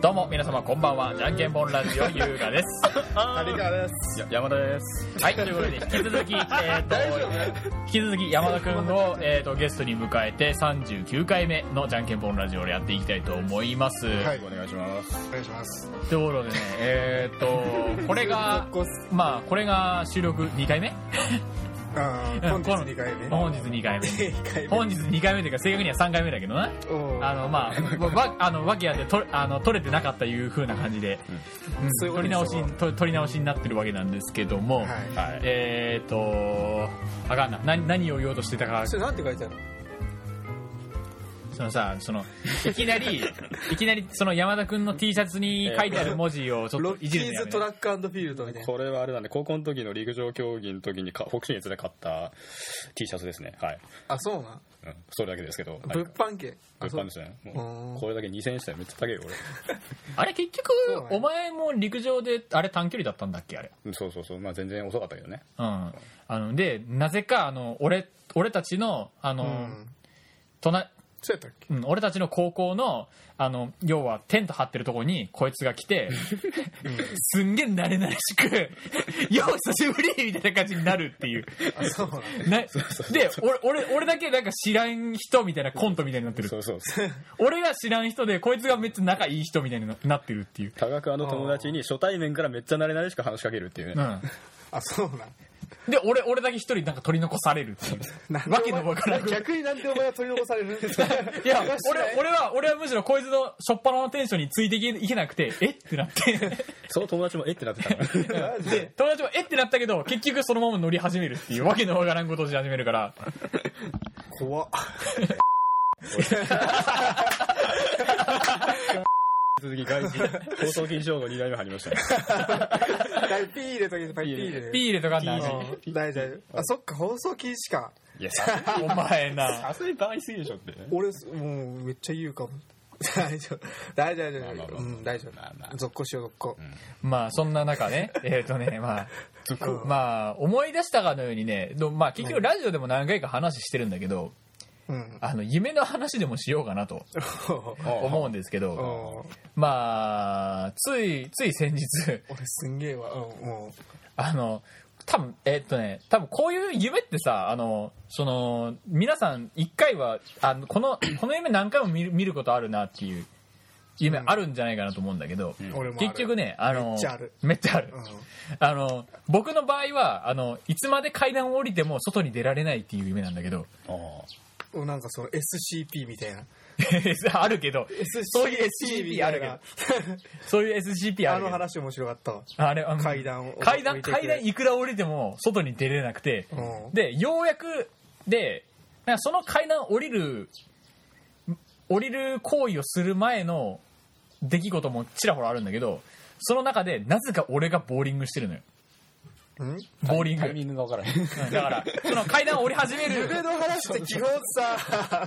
どうも皆様こんばんはじゃんけんぽんラジオ優雅です谷川です。 や山田ですはいということで引き続 き、えーと大丈夫引き続き山田君を、えー、とゲストに迎えて39回目のじゃんけんぽんラジオをやっていきたいと思います、はい、お願いしますお願いします。ということでねえっ、とこれが こっすまあこれが収録2回目あーうん本日この2回目。本日2回目 2回目。本日2回目というか正確には3回目だけどなおーあのま あわわあの訳あってとあの取れてなかったいう風な感じで、うんそういうこと取りにしよ直うしと取り直しになってるわけなんですけども、はいはいえーっ、とあかんな何何を言おうとしてたかそれなんて書いてあるのそのさそのいきな りいきなりその山田君の T シャツに書いてある文字をちょロっとッいじキるのーやズめトよラックアンドフィールドみたいな。これはあれだね高校の時の陸上競技の時にか北信越で買った T シャツですねはい、あ、そうなん。うん、それだけですけどはい物販系。あ物販ですねうもんうこれだけ2000円したらめっちゃ高いよ俺うあれ結局そうだねお前も陸上であれ短距離だったんだっけあれうんそうそうそうまあ全然遅かったけどねうんあのでなぜかあの俺俺たちのあの、そううん。隣そうやったっけうん、俺たちの高校のあの要はテント張ってるとこにこいつが来 て、すんげえ慣れ慣れしく 「よう久しぶり!」みたいな感じになるっていうあ、そうなん。なで俺俺俺だけなんか知らん人みたいなコントみたいになってるそうそうそう俺が知らん人でこいつがめっちゃ仲いい人みたいにななってるっていう、多額あの友達に初対面からめっちゃ慣れ慣れしく話しかけるっていううねん、あ、そうなん。で俺俺だけ一人なんか取り残されるっていう なんでお前わけのわからん逆になんでお前は取り残されるいや俺俺は俺はむしろこいつの初っ端のテンションについていけいけなくてえってなってその友達もえってなってたから マジでで。友達もえってなったけど結局そのまま乗り始めるっていうわけのわからんことをし始めるから 怖っ。続き外人放送禁止用語2代目入りましたねだいぶピー入れとけて、ピー入れ。ピー入れとかんなう味ん大丈夫。あ、そっか、放送禁止か。いやさお前なさすがに倍すぎでしょって俺もうめっちゃ言うかも大丈夫大丈夫大丈夫まあまあまあうん大丈夫まあまあ続行しよう続行まあそんな中 ねえっ、とねまあまあ思い出したかのようにねどまあ結局ラジオでも何回か話してるんだけどうん あの夢の話でもしようかなと思うんですけうどんまあついつい先日俺すんげえわうんうんあの多分えっとね多分こういう夢ってさあのその皆さん一回はあのこのこの夢何回も見る見ることあるなっていう夢あるんじゃないかなと思うんだけど、俺んもある結局ねあのめっちゃあるめっちゃあるうんあの僕の場合はあのいつまで階段を降りても外に出られないっていう夢なんだけど ああおなんかその SCP みたいなあるけどそういう SCP あるけどがそういう SCP ああるのけど話面白かったわあれあの階段を階段降りてくる階段いくら降りても外に出れなくて、うんでようやくでなんかその階段降りる降りる行為をする前の出来事もちらほらあるんだけどその中でなぜか俺がボーリングしてるのようんボーリングタうイミんングが分からへんだからその階段を降り始める夢の話って基本さ伝わ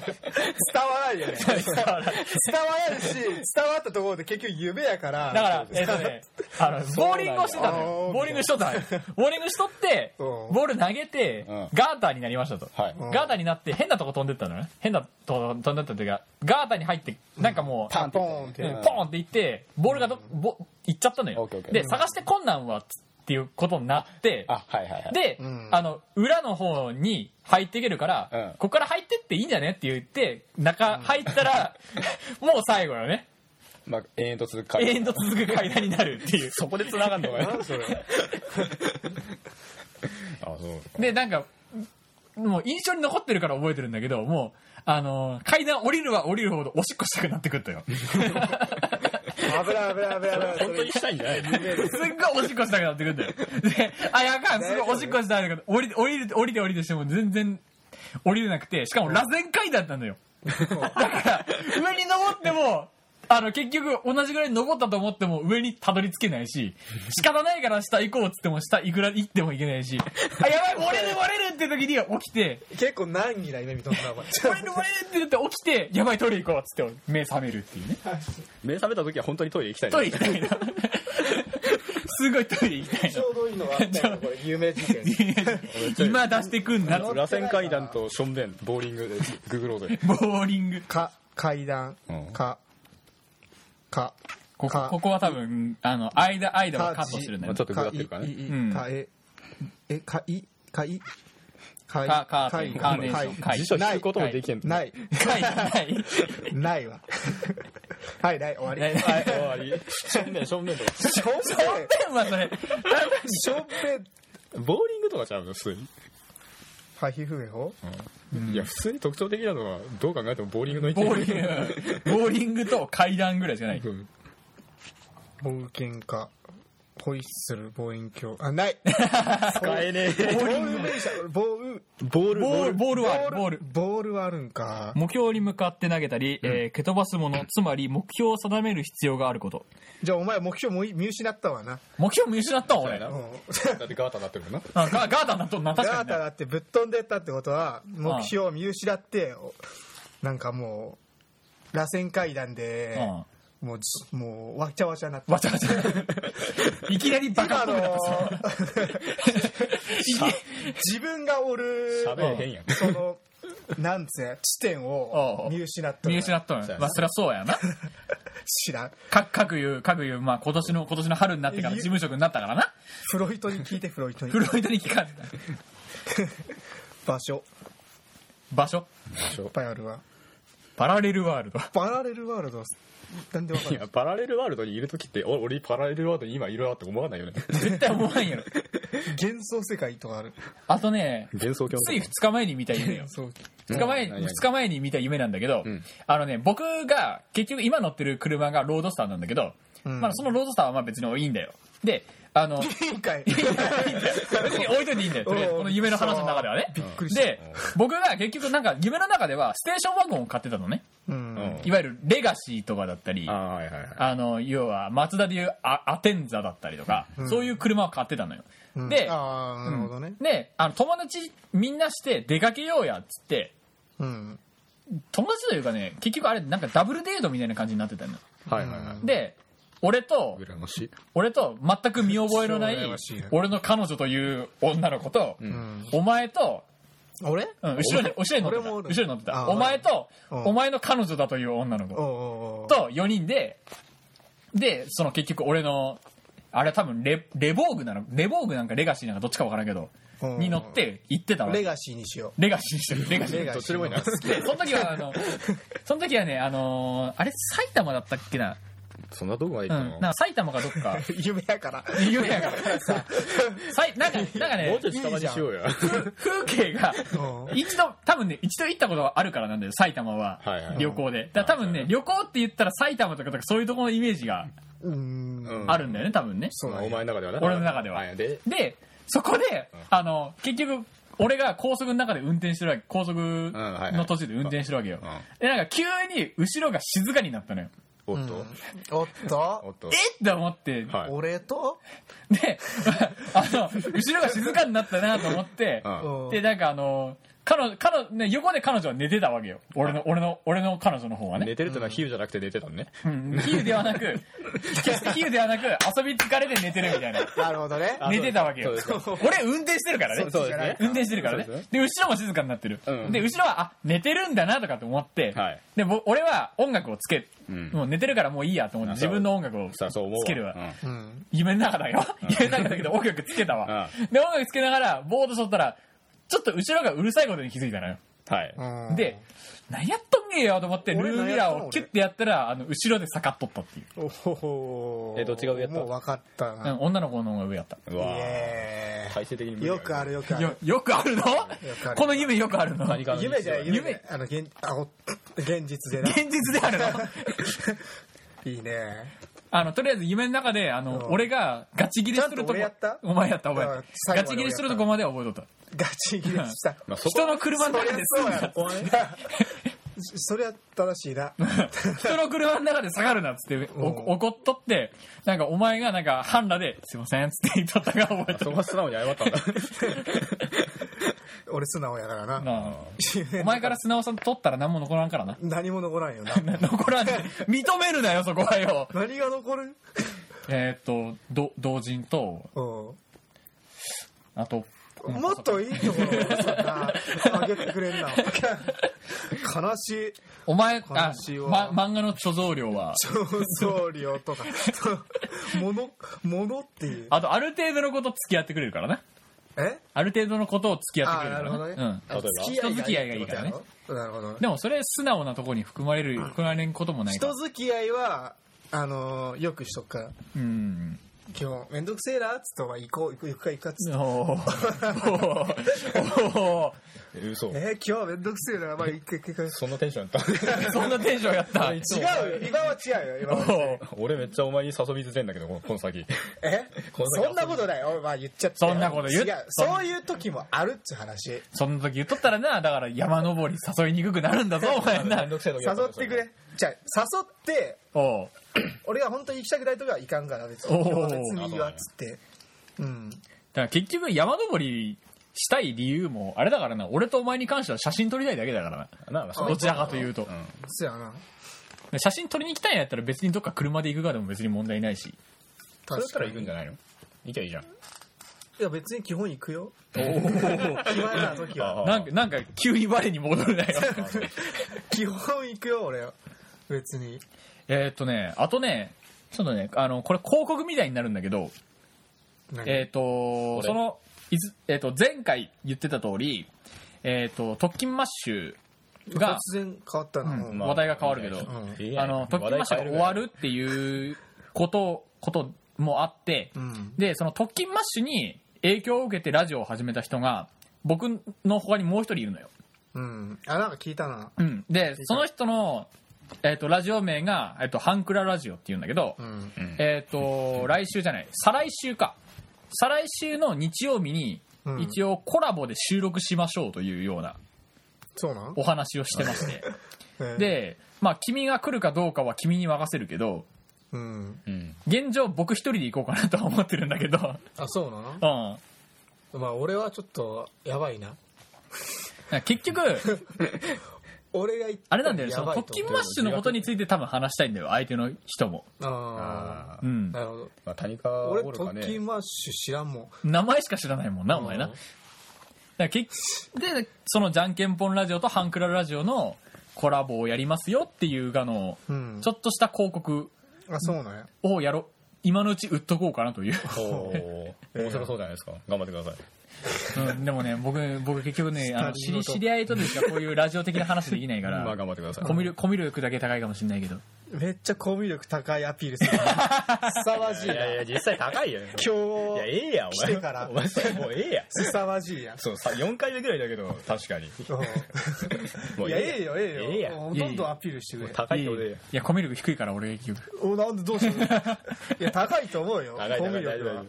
らないよねだから伝わらないし伝わったところで結局夢やからだから、えっ、とね、あの、ボーリングをしてたのあよ。ーボーリングしとったのよ。ボーリングしとって、うんボール投げてうん、ガーターになりましたと。はいうんガーターになって、変なとこ飛んでったのね。変なとこ飛んでったというか、ガーターに入って、なんかもう、パンってポーンってうんうんポンって行って、ボールがど、ぼ、行っちゃったのオよッケーオッケ。ーで、探して困難は、つっていうことになって、あはいはいはいで、うんあの、裏の方に入っていけるから、うんここから入ってっていいんじゃねって言って、中入ったら、 もう最後よね。まあ、延々と続く会永遠と続く階段になるっていう。 そこで繋がんのかよ何それあそうでなんかもう印象に残ってるから覚えてるんだけどもうあのー階段降りるは降りるほどおしっこしたくなってくった よすっ危ない危ない危ない危ない本当にしたいんじゃないごいおしっこしたくなってくったよであやかんすごいおしっこしたいんだけど降りて降りて降りて降りてしても全然降りれなくてしかも螺旋階段なのよだから上に登ってもあの結局同じぐらい登ったと思っても上にたどり着けないし仕方ないから下行こうっつっても下いくら行っても行けないしあやばい折れる折れるって時には起きて結構難儀な夢見とん なお前これの前って言って起きて、やばいトイレ行こうっつって目覚めるっていうね。 目覚めた時は本当にトイレ行きたいねトイレ行きたいな。すごいトイレ行きたいちょうどいいのがあったよ、これ、有名事件。な。今出してくんな。ボ螺旋階段としょんべんボーリングでググろうぜーリング。か、階段う、んか、か、ここかここは多分、あの、間、間はカットするんだまあよちね。ょっと下ってるからいね。いうんかええかいかいかかカーテンいカーネーションかい辞書引くこともできへんないはい、はい。 ないわ はいない終わりないないはい、終わり。正面、正面とか。しょう正面はそれ。ションペンボーリングとかちゃうの、普通に。ハヒフエホいや、普通に特徴的なのは、どう考えてもボーリングの一点ボーリング、ボーリングと階段ぐらいしかない。うん冒険家ホイッスル望遠鏡あない使えねえ。ボール名車ボールボール、ボール、ボールはある、ボボーールル。ボールはあるんか目標に向かって投げたり、えー蹴飛ばすもの、つまり目標を定める必要があること。じゃあお前目標もい見失ったわな目標見失ったわ、俺。だあうんってガーターなってるもんな。ガガータだとんな、確かガーにタね。だってぶっ飛んでったってことは目標を見失っておなんかもう螺旋階段でもうじもうわちゃわちゃになっうん。たわちゃわちゃ。いきなりバカ今っぽのくなったそれ。 いき自分がおる喋れへんやん。そのなんつうの地点おをう見失った見失ったのそうやよ。なまあ、そりゃそうやな。知らんか、かくいう、かくいう、まあ、今年の、今年の春になってから事務職になったからな。 フロイトに聞いてフロイトにフロイトに聞かれた。場所場所いっぱいあるわパラレルワールド。パラレルワールドなんでわかいるや、パラレルワールドにいるときって、お俺パラレルワールドに今いるわって思わないよね。絶対思わんやろ。幻想世界とかあるあとね、幻想郷つい2日前に見た夢よ。そう2日前、うん何々二日前に見た夢なんだけど、うんあのね、僕が、結局今乗ってる車がロードスターなんだけど、うんまあそのロードスターはまあ別にいいんだよ。で、あの、い委員 会やいいんだよ別に置いといていいんだよ、とりあえずおうこの夢の話の中ではね。びっくりしたで、僕が結局なんか夢の中ではステーションワゴンを買ってたのね。ううんんいわゆるレガシーとかだったり、ああ、はいはいはい。あの、要は、松田でいうアアテンザだったりとか、んそういう車を買ってたのよ。うんで、ああなるほどねで、あの、友達みんなして出かけようやっつって、うん友達というかね、結局あれ、なんかダブルデートみたいな感じになってたのよ。はいはいはい。で、俺と、羨ましい。俺と全く見覚えのないそう羨ましいね、俺の彼女という女の子と、んお前と、俺うん、後ろに、後ろに乗って俺た。も後おるろに乗ってた。あお前と、うんお前の彼女だという女の子おうおうおうと4人で、で、その結局俺の、あれは多分レ、レボーグなの、レボーグなんかレガシーなんかどっちかわからんけど、うんに乗って行ってたわレけ。ガシーにしよレガシーにしてる、レガシーレ。ガどシーっちでもいいな。でその時はあのその時はねあのーあれ埼玉だったっけな,、そんなとこまでう行んったの、、なんか埼玉かどっかう 夢や から有名やからささいなんかなんかもねうちょっと下までしようよ。ふ風景がうん一度多分ね一度行ったことがあるからなんだよ埼玉ははいはい旅行でだから多分ね旅行って言ったら埼玉とかとかそういうところのイメージがうんうんあるんだよね多分ねそうまあだおね前の中ではね。俺の中ではいで、でそこであの結局俺が高速の中で運転してるわけ高速の途中で運転してるわけよ、うんでなんか急に後ろが静かになったのよおうっんと、おっおとっえと。って思って、はい。俺とで、 あの、後ろが静かになったなと思ってう、んうんで、なんかあの、彼女、彼女、ね、横で彼女は寝てたわけよ。俺の、俺の、俺の彼女の方はね。寝てるってのは比喩じゃなくて寝てたのね。うん。比喩ではなく、 決して比喩ではなく、遊び疲れて寝てるみたいな。なるほどねあ寝てたわけよそうですか。俺運転してるからね。そうですね運転してるからねそうですで、ね。後ろも静かになってる。うんで、後ろは、あ、寝てるんだなとかって思ってはい、で、ぼ俺は音楽をつけ、うんもう寝てるからもういいやと思って、あそう自分の音楽をさあ、そう思うわ。つけるわ。ううん夢の中だよ。夢の中だけど音楽つけたわ。で、音楽つけながら、ぼーっとしとったら、ちょっと後ろがうるさいことに気づいたのよ。んはい。うんで、何やっとんねえよと思って、ル俺ームミラーをキュッてやったら、あの、後ろで下がっとったっていう。おほほえどっちが上やったもう分かったうんな、女の子の方が上やった。うイわエ体制的に無ーイ理よくあるよくあよる、よくあるのあるこの夢よくあるの何現かの日常夢じゃない夢夢あの現あお現実 でな実であるのいいねあの、とりあえず夢の中で、あうの、ん俺がガチ切れするとこちゃんと俺やったお前やった、お前やっあた。最後ガまでチ切れするとこまでは覚えとっガチギレしたまた。あ、そこ人の車の中ですぐそりゃそうやそそれは正しいな人の車の中で下がるなっつっておうん怒っとってなんかお前がなんか半裸で「すいません」っつって言っとったが覚えそとこは素直に 謝ったんだ。俺素直やからななあお前から素直さん取ったら何も残らんからな 何も残らんよな残らんね認めるなよそこはよ何が残るえーっとど同人とうんあともっといいところをさあげてくれんな悲しいお前、あ話、をま、漫画の貯蔵量は、貯蔵量とかものものっていうあとある程度のこと付き合ってくれるからね。えある程度のことを付き合ってあくあれなるるかほどらねね。うん。あ例えば人付き合いがいいからねってことやろなるほどねでもそれ素直なところに含まれる、含まれんこともないから人。付き合いはあのーよくしとくからうん。今日めんどくせえなっつったら行こう行く行くか行くかっつっておーおー嘘えー今日めんどくせえなまあ行く行く行くそんなテンションやったそんなテンションやった。違うよ今は違うよ今おは ー俺めっちゃお前に誘いづれんだけどこのこの先えこの先遊びそんなことないおいまあ言っちゃってそんなこと言っ違うそういう時もあるっちゅう話誘そんな時言っとったらな、だから山登り誘いにくくなるん だぞ、お前め。なんどくせえ時やってくれじゃあ誘っておう俺が本当に行きたくないときは行かんから別おにー今日は別にいいわっつってうんだから結局山登りしたい理由も、あれだからな、俺とお前に関しては写真撮りたいだけだからな。なあそどちらかというと。そやなで写真撮りに行きたいんやったら別にどっか車で行くかでも別に問題ないし。それだったら行くんじゃゃないの行きゃいいじゃんいや別に基本行くよおー暇な時はあなんか、なんか急に我に戻るなよ。 基本行くよ俺は別にえーっとね、あとね、ちょっとね、あの、これ広告みたいになるんだけど、えっ、と、れその、いずえっ、と、前回言ってた通り、えっ、と、特勤マッシュが、突然変わったな、もうま話題が変わるけどうんあの、特勤マッシュが終わるっていうこと、こともあって、うんで、その特勤マッシュに影響を受けてラジオを始めた人が、僕の他にもう一人いるのよ。うんあなんか聞いたなうん。で、その人の、えっ、と、ラジオ名が、えっ、と、ハンクララジオっていうんだけど、うんえっ、と、来週じゃない、再来週か。再来週の日曜日にう、ん一応コラボで収録しましょうというようなそうなんお話をしてま して。えーで、まあ、君が来るかどうかは君に任せるけど、うんうん現状僕一人で行こうかなとは思ってるんだけど、 あそうなのうん。まあ俺はちょっとやばいな結局、俺が行ったあれなん だよね、その特勤勤マッシュのことについて多分話したいんだよ、相手の人も。あうあんな。るほどまあ谷川俺おる特か勤ねマッシュ知らんもん名前しか知らないもんな、お前な。うんだから結で、そのじゃんけんぽんラジオとハンクララジオのコラボをやりますよっていうがの、うんちょっとした広告あそうなんやをやろ、今のうち売っとこうかなという。おお面白そうじゃないですか頑張ってくださいうん、でもね、僕、僕結局ね、あの知スタジオりと知り合いとでしかこういうラジオ的な話できないか まあら、頑張ってくださいコミュ力コミュ力だけ高いかもしれないけど。めっちゃコミュ力高いアピール するすさまじいいなやいや実際高いよ今いやえ日えやお来前てからお前それもうええやすさまじいやんそうさ4回目ぐらいだけど確かにうんもういやええよええええよやもうどんどんアピールしてくれ高いいよでや、コミュ力低いから俺結局。おなんでどうしよういや高いと思うよコ高いミ高ュい大力丈夫は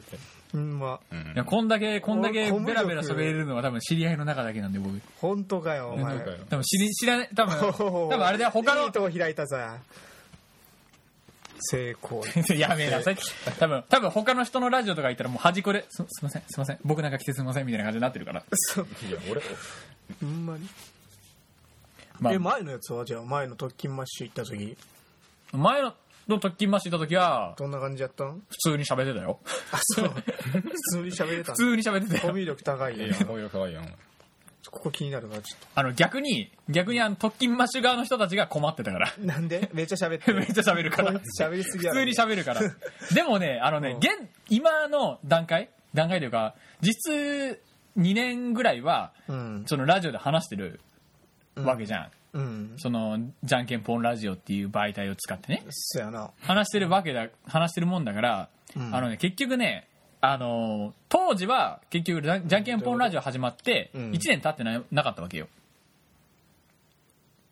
うんまあいや、こんだけ、こんだ俺けコミュベラ力ベラ喋れるのは多分知り合いの中だけなんで僕。本当かよお前本当かよ多分知り、知らない、多 分、多分あれだよ、他いいの、とこ開いたさ成 功 やめなさい。多分、多分他の人のラジオとか行ったらもう端っこで、す、すいません、すいません、僕なんか来てすいませんみたいな感じになってるから。そういや俺ほんまにまあ え前のやつはじゃあ前の特勤マッシュ行った時前の、の特勤マッシュ行った時は、どんな感じやったん普通に喋ってたよ。あそう普通に喋れた普んだ通に喋ってたコよ。ミュ力高いいやよいやこういう可愛いやんここ気になるなちょっ あの、逆に、逆にあの、特勤マッシュ側の人たちが困ってた から。となんでめっちゃ喋ってる めっちゃ喋るから。こいつ喋りすぎやろ普通に喋る から。でもね、あのねうん、現、今の段階段階というか、実2年ぐらいは、うんそのラジオで話してるわけじゃん。うんその、じゃんけんぽんラジオっていう媒体を使ってね。そやな話してるわけだ、話してるもんだから、うんあのね、結局ね、あのー当時は結局じゃんじゃんけんぽんラジオ始まってうん1年経ってななかったわけよ、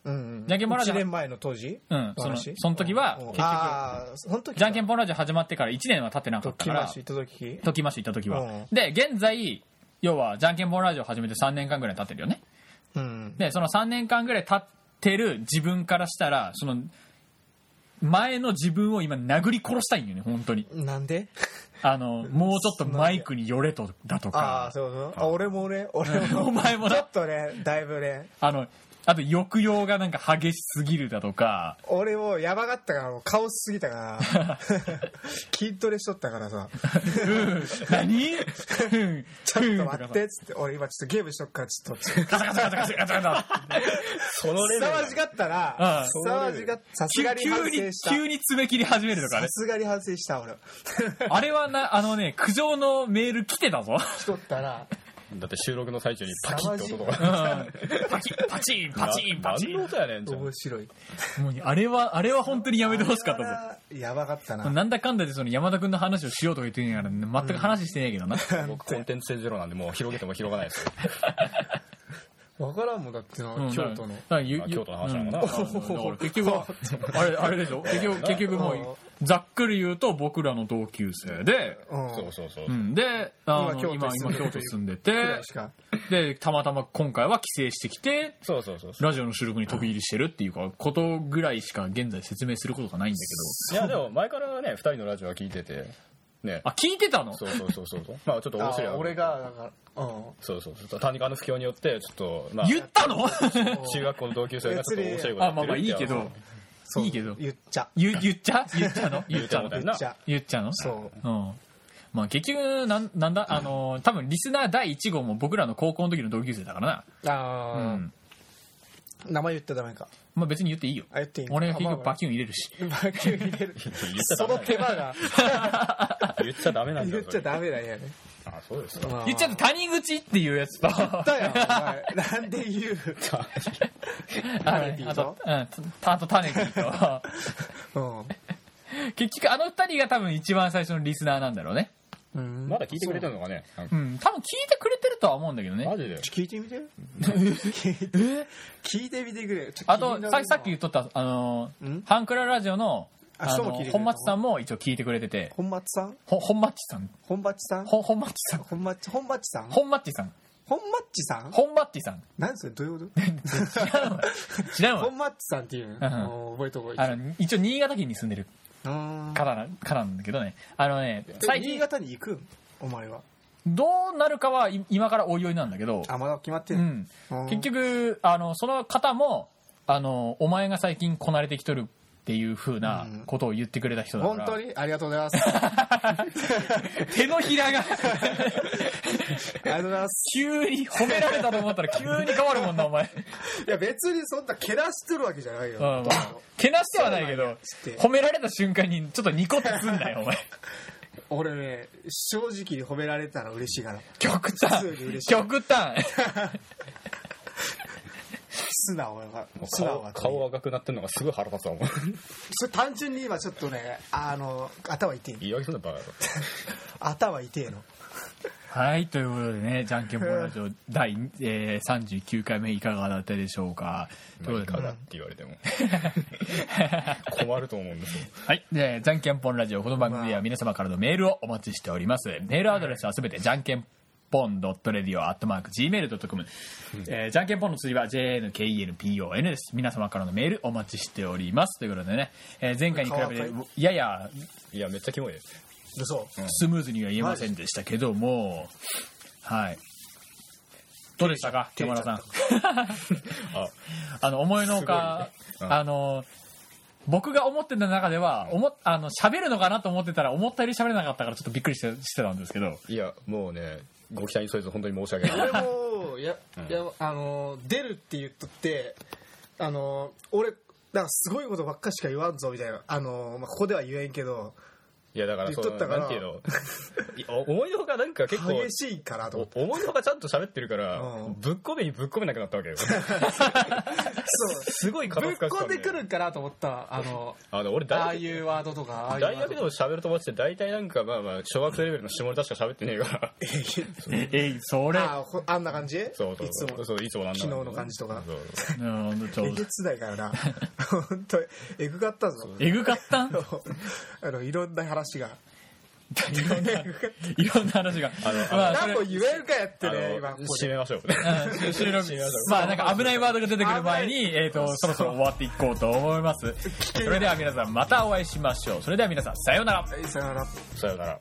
うんじゃんけんぽんラジ1オ年前の当時うん、その話その時はうん結局ああその時じゃんけんぽぽんラジオ始まってから1年は経ってなか特ったか勤マッらシュ行った時ときまし行った時は、うんで現在要はじゃんけんぽんラジオ始めて3年間ぐらい経ってるよねうんでその3年間ぐらい経ってる自分からしたらその前の自分を今殴り殺したいんよね本当になんであのもうちょっとマイクに寄れとだとああかそうそうあ俺もね俺もお前もちょなっとねだいぶねあのあと抑揚がなんか激しすぎるだとか、俺もうやばかったからもう顔すぎたから 筋トレしとったからさうん、何うんちょっと待ってっつって俺今ちょっとゲームしとくからちょっとガチャガチャガチャガチャガチャガチャそのレベ凄ルまじかったうらん凄まじかったさす急がに反省にした急に詰め切り始めるとかさねすがに反省した俺あれはなあのね苦情のメール来てたぞしとったらだって収録の最中にパキッて音がうんパキパチンパチンパチ何のン音やねんじゃん面白いもうあれはあれは本当にやめてほしかったぞあれはやばかったななんだかんだでその山田君の話をしようとか言ってんやから、ね、全く話してないけどな、僕コンテンツ性ゼロなんでもう広げても広がないですよわからんもんだってなうん京都のだからゆまあゆ京都の話なのかなうんだから結局はあれあれでしょ結局結局もうざっくり言うと僕らの同級生で、うんそうそうそう、うん、であの今京今都今に住んでる京都住んでくてらいしかでたまたま今回は帰省してきてそうそうそうそうラジオの収録に飛び入りしてるっていうかことぐらいしか現在説明することがないんだけいやでも前からね2人のラジオは聞いててねどあ聞いてたのそうそうそう そうそうまあちょっと面白いあ俺がだからうんそうそうそう谷川の不況によってちょっとまあ言った の中学校の同級生がちょっと面白いことあやまっあてまあるっいていけ話どそういいけど言っちゃ言言っちゃ言っちゃの 言言っっちちゃゃのう言っちゃ言っちゃうのそううん。まあ結局、なん、なんだ、あのー、多分リスナー第1号も僕らの高校の時の同級生だからな。うあん。ー名前言ったらダメかまあ別に言っていいよ。あ言っていい俺が結局ババキュン入れるし。キュン入 れるゃダそメの手間が言っちゃダメなんだ言よっちゃダメだよねそれあそうですか言っちゃうと谷口っていうやつ と、あだよお前なんで言う谷口と、うん、たあとタネピーと、 うん結局あの二人が多分一番最初のリスナーなんだろうね。うんまだ聞いてくれてるのかねなんうかん、多分聞いてくれてるとは思うんだけどねマ。ジでちょ聞いて みて聞いてみてくれちょあと気になる、なささっき言っとった、あのーん、ハンクララジオの、ああ人もの聞いてくれてる本町さんも一応聞いてくれてて、本町さんほ本町さん、本町さんほ本町さん、本町本町さん本町さん、本町さん本町さん。何それどういうこ と知らんわ。知らんわ本。マッチさんっていうの、覚えとこう。あの、一応新潟県に住んでるうん方な、方なんだけどね。あのね、最で新近、潟に行くんお前は。どうなるかはい今からおいおいなんだけど、あ、まだ決まってうる。ん。うん結局、あの、その方も、あの、お前が最近こなれてきとるっていうふうなことを言ってくれた人だから。本当にありがとうござい ます。あ手のひらが、りがとうございます。急に褒められたと思ったら急に変わるもんな、お前。いや、別にそんなけなしてるわけじゃないよ。うんまあけなしてはないけどそうなんやつっ、て褒められた瞬間にちょっとニコってすんなよ、お前。俺ね、正直に褒められたら嬉しいから。極端普通に嬉しい極端素直が、もう素直顔が。顔赤くなってるのがすごい腹立つわもうそれ単純に今ちょっとね、あの、頭痛い。言い訳すんなバカ野郎頭痛いの。はい、ということでね、じゃんけんぽんラジオ第、えー、39回目いかがだったでしょうか。という何ことかで、 だって言われても困ると思うんですよはい、で、じゃんけんぽんラジオ、この番組では皆様からのメールをお待ちしております。メールアドレスはすべてじゃんけんぽん .radio.gmail.com、えー、じゃんけんぽんの次は jnkenpon です。皆様からのメールお待ちしております。ということでね、えー前回に比べて顔赤、ややいやめっちゃキモいです嘘。スムーズには言えませんでしたけども、はい。どうでしたか、手村さん。ああの、思いのほか、すごいねうんあの、僕が思ってた中では、おも、あの、喋るのかなと思ってたら、思ったより喋れなかったから、ちょっとびっくりしてしてたんですけど、いやもうねご期待に添えず本当に申し訳ない俺もや、やあの出るって言っとってあの俺だからすごいことばっかしか言わんぞみたいなあの、まあ、ここでは言えんけどいやだからそ言っのとったからなんていうのいや思いのほかなんか結構激しいからと思ってお思いのほかちゃんと喋ってるからうんぶっこめにぶっこめなくなったわけよそすごいうぶ 片っ付かこんせたんでだよくるんかなと思ったあのあの俺ああ大い学うワードとかああいうワー大ド学でも喋る友達って大体なんかまあまあ小学生レベルの下ネタしか喋ってねえから え、え、それ、あほあんな感じそうそういつそもうそういつもなんだろ昨う日の感じとかそううん、ちょえげつないから な本当にえぐかったぞえぐかったん あのいろんな話がいろんな、いろんな話が。あのまあ、そ 何れも言えるかやって あね今のここ締でめましょううん収録締めましょうまあなんか危ないワードが出てくる前に、えー、とそろそろ終わっていこうと思いますそれでは皆さんまたお会いしましょうそれでは皆さんさようならはいさよならさよなら